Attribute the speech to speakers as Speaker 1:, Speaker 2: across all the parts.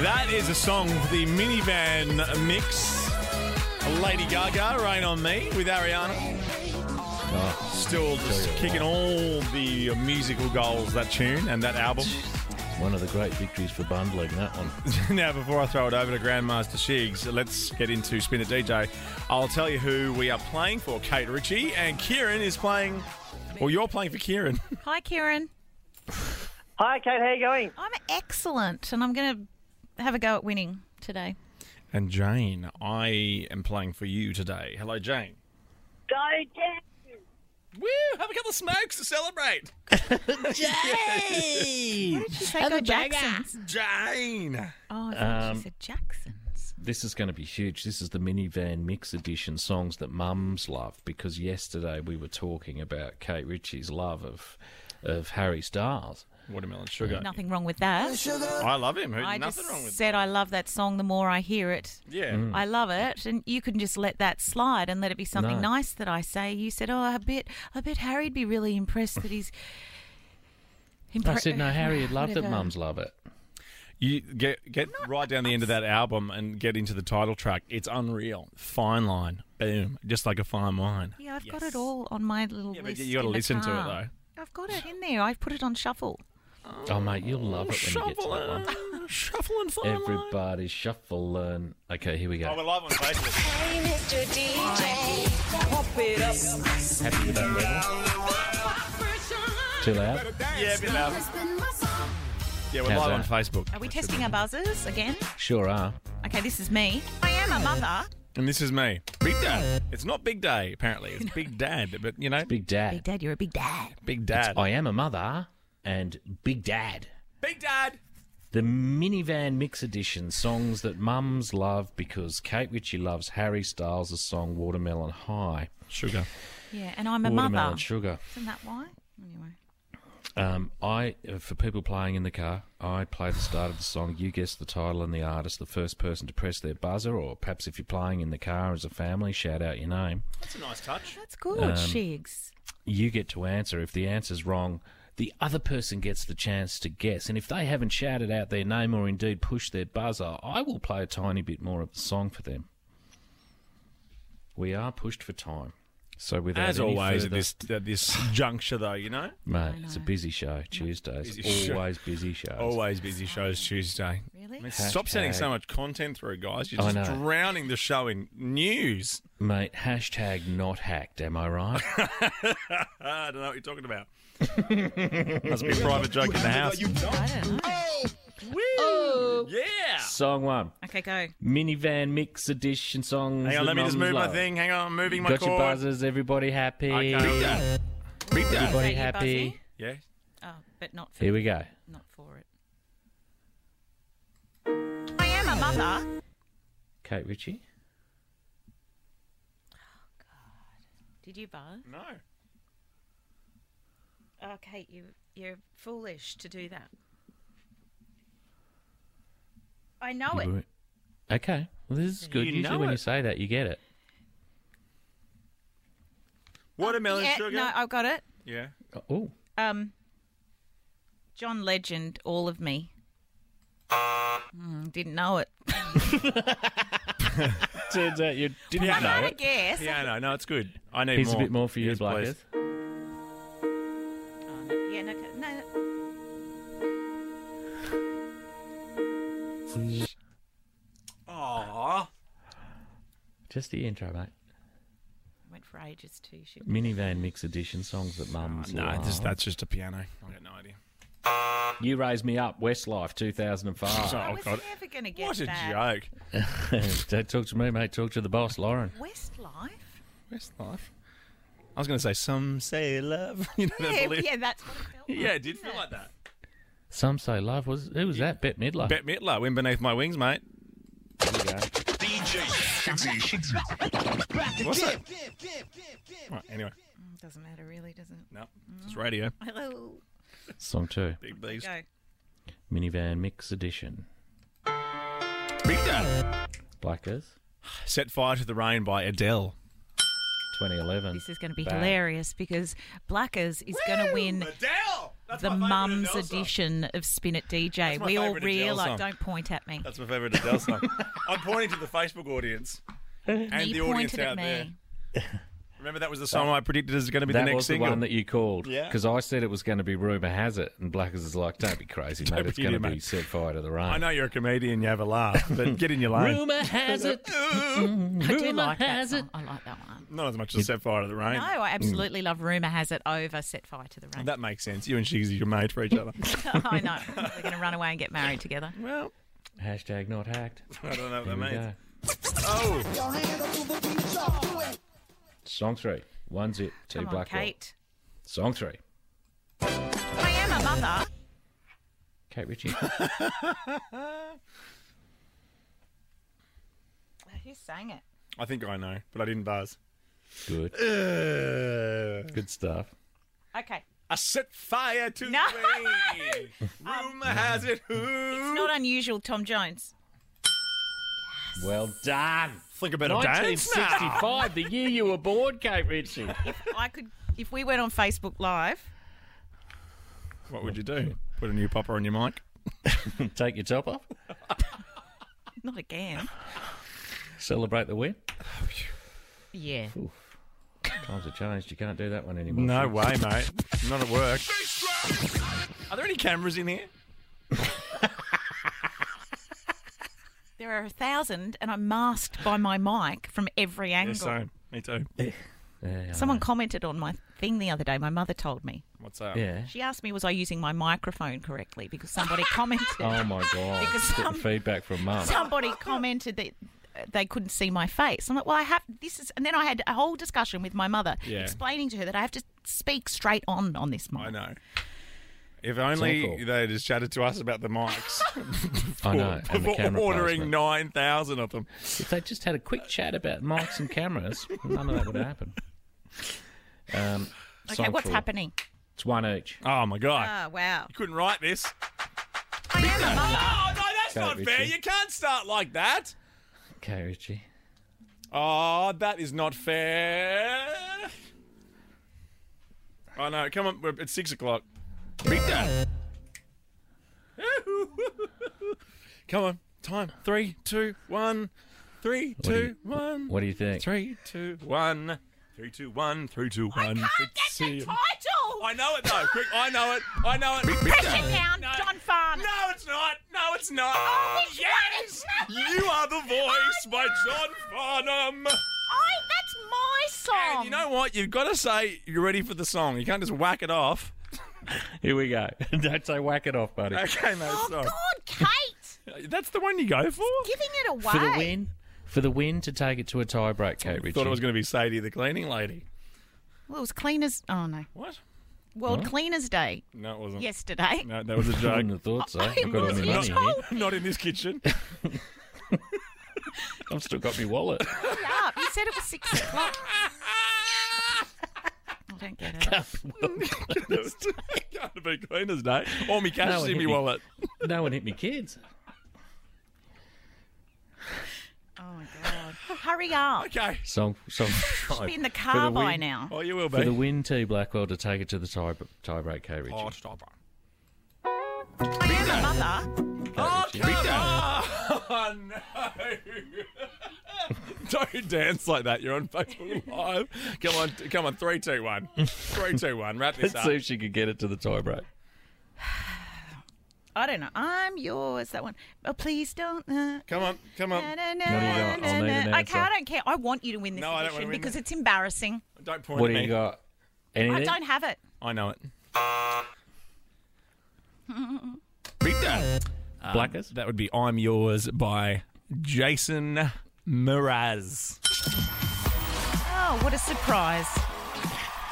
Speaker 1: That is a song for the minivan mix. Lady Gaga, Rain on Me with Ariana. Oh. Still just kicking all the musical goals, that tune and that album.
Speaker 2: One of the great victories for bundling, that one.
Speaker 1: now, before I throw it over to Grandmaster Shigs, let's get into Spin It DJ. I'll tell you who we are playing for, Kate Ritchie, and Kieran is playing. Well, you're playing for Kieran.
Speaker 3: Hi, Kieran.
Speaker 4: Hi, Kate. How you going?
Speaker 3: I'm excellent, and I'm going to have a go at winning today.
Speaker 1: And Jane, I am playing for you today. Hello, Jane.
Speaker 4: Go Jack.
Speaker 1: Woo! Have a couple of smokes to celebrate.
Speaker 2: Jay!
Speaker 3: Did she say go Jacksons?
Speaker 1: Jane.
Speaker 3: Oh, I thought
Speaker 2: Um,
Speaker 3: she said Jacksons.
Speaker 2: This is going to be huge. This is the minivan mix edition songs that mums love because yesterday we were talking about Kate Ritchie's love of of Harry Styles.
Speaker 1: Watermelon sugar.
Speaker 3: Nothing wrong with that.
Speaker 1: I love him.
Speaker 3: I
Speaker 1: Nothing
Speaker 3: just
Speaker 1: wrong with Mm.
Speaker 3: said I love that song the more I hear it.
Speaker 1: Yeah.
Speaker 3: I love it, and you can just let that slide and let it be something
Speaker 2: No.
Speaker 3: nice that I say. You said, "Oh, I bet, I bet Harry'd be really impressed that he's."
Speaker 2: I
Speaker 3: impre-
Speaker 2: said, no, Harry, you'd love that
Speaker 3: whatever."
Speaker 2: mums love it.
Speaker 1: You get get right down the end of that album and get into the title track. It's unreal. Fine line. Boom. Just like a fine wine.
Speaker 3: Yeah, I've got it all on my little
Speaker 1: Yeah, but
Speaker 3: list.
Speaker 1: you got to
Speaker 3: in the
Speaker 1: listen to it
Speaker 3: car.
Speaker 1: though.
Speaker 3: I've got it in there. I've put it on shuffle.
Speaker 2: Oh, mate, you'll love it when you get to that
Speaker 1: Shuffling,
Speaker 2: one.
Speaker 1: shuffling fine line.
Speaker 2: Everybody shuffling. Okay, here we
Speaker 1: I
Speaker 2: go.
Speaker 1: would Oh, live on Facebook.
Speaker 5: Hey, Mr. DJ.
Speaker 2: Happy with that level? Too loud?
Speaker 1: Yeah, a bit loud. Yeah, we're
Speaker 2: How's
Speaker 1: live on
Speaker 2: that?
Speaker 1: Facebook.
Speaker 3: Are we testing our buzzers again?
Speaker 2: Sure are.
Speaker 3: Okay, this is me. I am a mother.
Speaker 1: And this is me, Big Dad. It's not Big Day apparently. It's Big Dad, but you know, big,
Speaker 2: Big Dad.
Speaker 3: Big dad, you're a big dad.
Speaker 1: Dad.
Speaker 2: I am a mother and Big Dad.
Speaker 1: Big Dad.
Speaker 2: The minivan mix edition songs that mums love because Kate Ritchie loves Harry Styles' song Watermelon High.
Speaker 1: Sugar.
Speaker 3: Yeah, and I'm a
Speaker 2: Watermelon
Speaker 3: mother.
Speaker 2: Sugar.
Speaker 3: Isn't that why? Anyway,
Speaker 2: Um, I for people playing in the car, I play the start of the song. You guess the title and the artist. The first person to press their buzzer, or perhaps if you're playing in the car as a family, shout out your name.
Speaker 1: That's a nice touch.
Speaker 3: that's good,
Speaker 2: Um,
Speaker 3: Shigs.
Speaker 2: You get to answer. If the answer's wrong, the other person gets the chance to guess. And if they haven't shouted out their name or indeed pushed their buzzer, I will play a tiny bit more of the song for them. We are pushed for time, so without
Speaker 1: As
Speaker 2: any
Speaker 1: always at
Speaker 2: further-
Speaker 1: this at this juncture, though, you know,
Speaker 2: mate, it's a busy show. Tuesdays,
Speaker 1: Busy show.
Speaker 2: always busy shows.
Speaker 1: always busy shows Tuesday.
Speaker 3: Really?
Speaker 1: I mean, stop sending so
Speaker 2: Hashtag-
Speaker 1: much content through, guys. You're
Speaker 2: I
Speaker 1: just
Speaker 2: know.
Speaker 1: drowning the show in news.
Speaker 2: Mate, hashtag not hacked, am I right?
Speaker 1: Ah, I don't know what you're talking about. Must be a private joke in the house.
Speaker 3: I don't know. Oh.
Speaker 1: Yeah.
Speaker 2: Song one.
Speaker 3: Okay, go.
Speaker 2: Minivan mix edition songs.
Speaker 1: Hang on,
Speaker 2: that
Speaker 1: let me just
Speaker 2: mums
Speaker 1: move my
Speaker 2: love.
Speaker 1: thing. Hang on, I'm moving my
Speaker 2: Got your
Speaker 1: cord.
Speaker 2: buzzers, everybody happy.
Speaker 1: Okay. Big Dad. Big Dad.
Speaker 2: Everybody
Speaker 3: Is that you
Speaker 2: happy.
Speaker 3: buzzing?
Speaker 1: Yeah.
Speaker 3: Oh, but not for
Speaker 2: Here we go.
Speaker 3: not for it. I am a mother.
Speaker 2: Kate Ritchie.
Speaker 3: Did you buzz?
Speaker 1: No.
Speaker 3: Oh, Kate, you you're foolish to do that. I know
Speaker 2: You
Speaker 3: it.
Speaker 2: were- Okay. Well, this is good.
Speaker 1: You
Speaker 2: Usually
Speaker 1: know
Speaker 2: when
Speaker 1: it.
Speaker 2: Oh, you say that, you get it.
Speaker 1: Watermelon
Speaker 3: Yeah,
Speaker 1: sugar.
Speaker 3: No, I've got it.
Speaker 1: Yeah.
Speaker 2: Oh,
Speaker 3: Um, John Legend, all of me. Mm, didn't know it.
Speaker 2: turns out you didn't
Speaker 3: I
Speaker 2: know
Speaker 3: had a
Speaker 2: it.
Speaker 3: guess.
Speaker 1: Yeah, no, no, it's good. I need
Speaker 2: Here's
Speaker 1: more.
Speaker 2: a bit more for you,
Speaker 1: Yes, please.
Speaker 2: Blackheath.
Speaker 3: Oh, no, yeah, no, no, no.
Speaker 1: Aw.
Speaker 2: Just the intro, mate.
Speaker 3: went for ages too. She
Speaker 2: Minivan mix edition songs that mums
Speaker 1: No,
Speaker 2: love.
Speaker 1: this, that's just a piano. I got no idea.
Speaker 2: You raise me up, Westlife, two thousand and
Speaker 1: So-
Speaker 2: five.
Speaker 3: I
Speaker 1: Oh,
Speaker 3: was
Speaker 1: God.
Speaker 3: never going to get
Speaker 1: What a
Speaker 3: that.
Speaker 1: joke.
Speaker 2: Don't talk to me, mate. Talk to the boss, Lauren.
Speaker 3: Westlife?
Speaker 1: Westlife. I was going to say, some say love. You know, that
Speaker 3: Yeah,
Speaker 1: believe-
Speaker 3: yeah, that's what it felt like.
Speaker 1: Yeah, it did
Speaker 3: didn't
Speaker 1: feel like that.
Speaker 2: Some say love was who was that? Bet Midler.
Speaker 1: Bet Mittler, Wind Beneath My Wings, mate. What's that? Right, anyway,
Speaker 3: Doesn't matter, really, does it?
Speaker 1: no, it's radio.
Speaker 3: Hello.
Speaker 2: Song two.
Speaker 1: Big beast.
Speaker 3: Go.
Speaker 2: Minivan Mix Edition.
Speaker 1: Big Dad.
Speaker 2: Black Earth,
Speaker 1: Set Fire to the Rain by Adele.
Speaker 2: 2011.
Speaker 3: This is going to be
Speaker 2: Bang.
Speaker 3: hilarious because Blackers is going to win
Speaker 1: Adele!
Speaker 3: the
Speaker 1: my favourite
Speaker 3: mum's
Speaker 1: Adele song.
Speaker 3: edition of Spin It DJ.
Speaker 1: my
Speaker 3: We all
Speaker 1: favourite Adele song.
Speaker 3: realise. Don't point at me.
Speaker 1: That's my favourite Adele song. I'm pointing to the Facebook audience and
Speaker 3: he
Speaker 1: the audience
Speaker 3: pointed
Speaker 1: out
Speaker 3: at me.
Speaker 1: there. Remember that was the song I predicted is going to be
Speaker 2: that
Speaker 1: the next
Speaker 2: was
Speaker 1: single.
Speaker 2: the one that you called.
Speaker 1: Yeah.
Speaker 2: Because I said it was going to be rumour has it, and Blackers is like, don't be crazy, mate.
Speaker 1: Don't
Speaker 2: it's
Speaker 1: be
Speaker 2: going to
Speaker 1: idiot,
Speaker 2: be
Speaker 1: mate."
Speaker 2: set fire to the rain.
Speaker 1: I know you're a comedian, you have a laugh, but get in your lane.
Speaker 2: Rumour has it.
Speaker 1: Mm-hmm.
Speaker 3: I do like that.
Speaker 2: has
Speaker 3: Song. I like that one.
Speaker 1: Not as much as Set Fire to the Rain.
Speaker 3: No, I absolutely love Rumour Has It over Set Fire to the Rain.
Speaker 1: Mm. That makes sense. You and Shiggsy are made for each other.
Speaker 3: I know. They're going to run away and get married together.
Speaker 1: well,
Speaker 2: Hashtag not hacked.
Speaker 1: I don't know what that
Speaker 2: There we
Speaker 1: means.
Speaker 2: go.
Speaker 1: Oh,
Speaker 2: Song three. One zip, two
Speaker 3: Come on,
Speaker 2: black ball.
Speaker 3: Kate.
Speaker 2: Song three.
Speaker 3: I am a mother.
Speaker 2: Kate Ritchie.
Speaker 3: Who sang it?
Speaker 1: I think I know, but I didn't buzz.
Speaker 2: Good.
Speaker 1: Uh,
Speaker 2: Good stuff.
Speaker 3: Okay.
Speaker 1: I set fire to
Speaker 3: No. Um,
Speaker 1: the rain. Rumor has it who?
Speaker 3: Not unusual, Tom Jones.
Speaker 2: Well done.
Speaker 1: Think about a dance. now.
Speaker 2: 1965, the year you were born, Kate Ritchie.
Speaker 3: If I could, if we went on Facebook Live,
Speaker 1: What would you do? Put a new popper on your mic.
Speaker 2: Take your top off.
Speaker 3: not again.
Speaker 2: Celebrate the win.
Speaker 3: Yeah.
Speaker 2: Times have changed. You can't do that one anymore.
Speaker 1: No way, mate. Not at work. Are there any cameras in here?
Speaker 3: There are a thousand, and I'm masked by my mic from every angle.
Speaker 1: Yes, so me too.
Speaker 2: Yeah, I
Speaker 3: Someone
Speaker 2: know.
Speaker 3: commented on my thing the other day. My mother told me.
Speaker 1: What's up?
Speaker 2: Yeah.
Speaker 3: She asked me, was I using my microphone correctly? Because somebody commented.
Speaker 2: Oh my god.
Speaker 3: Because
Speaker 2: Getting
Speaker 3: some-
Speaker 2: feedback from mum.
Speaker 3: somebody commented that they couldn't see my face. I'm like, well, I have this is, and then I had a whole discussion with my mother
Speaker 1: Yeah.
Speaker 3: explaining to her that I have to speak straight on on this mic.
Speaker 1: I know. If only
Speaker 2: awful.
Speaker 1: they'd just chatted to us about the mics
Speaker 2: I know. And the
Speaker 1: before
Speaker 2: camera
Speaker 1: ordering
Speaker 2: placement.
Speaker 1: nine thousand of them.
Speaker 2: If they just had a quick chat about mics and cameras, none of that would happen. Um,
Speaker 3: Okay,
Speaker 2: song
Speaker 3: what's
Speaker 2: four.
Speaker 3: happening?
Speaker 2: It's one each.
Speaker 1: Oh my god!
Speaker 3: Oh wow!
Speaker 1: you couldn't write this.
Speaker 3: I am a mother.
Speaker 1: Oh no, that's
Speaker 2: Can't
Speaker 1: not
Speaker 2: reach
Speaker 1: fair.
Speaker 2: you.
Speaker 1: You can't start like that.
Speaker 2: Okay, Richie.
Speaker 1: Oh, that is not fair. Oh no, come on! we're- It's six o'clock. Victor. come on, time. Three, two, one. Three,
Speaker 2: What do you-
Speaker 1: two, one.
Speaker 2: What do you think?
Speaker 1: Three, two, one. Three, two, one. Three, two, one. I can't
Speaker 3: That's the title.
Speaker 1: I know it though. Quick, I know it. I know it.
Speaker 3: Press it down,
Speaker 1: No.
Speaker 3: John Farn.
Speaker 1: No, it's not. No, Oh, it's not. Oh,
Speaker 3: which one
Speaker 1: yes,
Speaker 3: is that?
Speaker 1: you are the voice by John Farnham.
Speaker 3: I, that's my song.
Speaker 1: And you know what? You've got to say you're ready for the song. You can't just whack it off.
Speaker 2: Here we go. Don't say whack it off, buddy.
Speaker 1: Okay, mate.
Speaker 3: oh
Speaker 1: sorry.
Speaker 3: God, Kate,
Speaker 1: That's the one you go for.
Speaker 3: giving it away.
Speaker 2: For the win. For the win to take it to a tie break, Kate Richie.
Speaker 1: Thought it was going to be Sadie the cleaning lady.
Speaker 3: Well, it was Cleaners. Oh no,
Speaker 1: What?
Speaker 3: World
Speaker 2: What?
Speaker 3: Cleaners Day
Speaker 1: No, it wasn't.
Speaker 3: yesterday.
Speaker 1: No, that was a
Speaker 2: I wouldn't
Speaker 1: joke.
Speaker 2: have thought so.
Speaker 3: I
Speaker 2: I've got all
Speaker 3: was
Speaker 2: my
Speaker 3: You
Speaker 2: money in.
Speaker 3: told
Speaker 1: not in this kitchen.
Speaker 2: I've still got my wallet.
Speaker 3: up. You said it was six o'clock. I don't get it.
Speaker 1: Can't be cleaners day. All me cash
Speaker 2: No,
Speaker 1: is
Speaker 2: it
Speaker 1: in me
Speaker 2: hit me.
Speaker 1: wallet.
Speaker 2: no one hit me kids.
Speaker 3: Oh my god! Hurry up.
Speaker 1: Okay.
Speaker 2: Song, song.
Speaker 3: Be in the car by now.
Speaker 1: Oh, you will
Speaker 2: For the
Speaker 1: be.
Speaker 2: win to Blackwell to take it to the tie, tie break, Kate Richie.
Speaker 1: Oh, stop it.
Speaker 3: I am a mother.
Speaker 1: Oh,
Speaker 2: Richie.
Speaker 1: come on! Don't dance like that. You're on Facebook Live. Come on, come on. Three, two, one. Three, two, one. Wrap this
Speaker 2: Let's
Speaker 1: up.
Speaker 2: see if she could get it to the tie break.
Speaker 3: I don't know. I'm yours. That one. Oh, please don't. Uh,
Speaker 1: Come on, come
Speaker 3: na,
Speaker 1: on.
Speaker 3: na, na,
Speaker 2: Oh, I'll
Speaker 3: na,
Speaker 2: need an
Speaker 3: na. Okay, I
Speaker 2: answer.
Speaker 3: don't care. I want you to win this
Speaker 1: No, I don't wanna
Speaker 3: edition
Speaker 1: win
Speaker 3: because
Speaker 1: it.
Speaker 3: it's embarrassing.
Speaker 1: Don't point
Speaker 2: What
Speaker 1: at
Speaker 2: do
Speaker 1: me.
Speaker 2: you got? Anything?
Speaker 3: I don't have it.
Speaker 1: I know it. Victor.
Speaker 2: Blackers?
Speaker 1: That would be "I'm Yours" by Jason Mraz.
Speaker 3: Oh, what a surprise!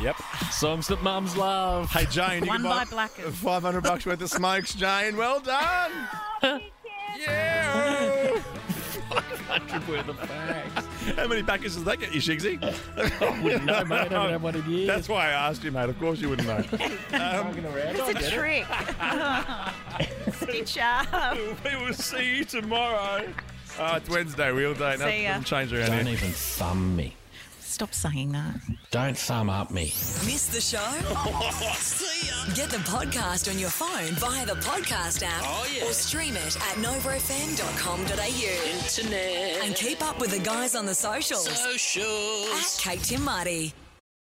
Speaker 1: Yep.
Speaker 2: Songs that mums love.
Speaker 1: Hey Jane, you
Speaker 3: One
Speaker 1: can
Speaker 3: by
Speaker 1: buy
Speaker 3: Blackers.
Speaker 1: five hundred bucks worth of smokes, Jane. Well done. yeah. How many packets does that get you, Shigsy?
Speaker 2: no, mate, I haven't had one in years.
Speaker 1: That's why I asked you, mate. Of course you wouldn't know.
Speaker 3: It's a trick. Stitch up.
Speaker 1: we will see you tomorrow. Uh, it's Wednesday, wheel day. No,
Speaker 3: See ya.
Speaker 1: doesn't change around
Speaker 2: Don't
Speaker 1: here.
Speaker 2: even thumb me.
Speaker 3: Stop saying that.
Speaker 2: Don't thumb up me.
Speaker 6: Miss the show? Get the podcast on your phone via the podcast app
Speaker 7: Oh,
Speaker 6: or stream it at novofm.com.au.
Speaker 7: Internet.
Speaker 6: And keep up with the guys on the socials
Speaker 7: Socials.
Speaker 6: at Kate Tim Marty.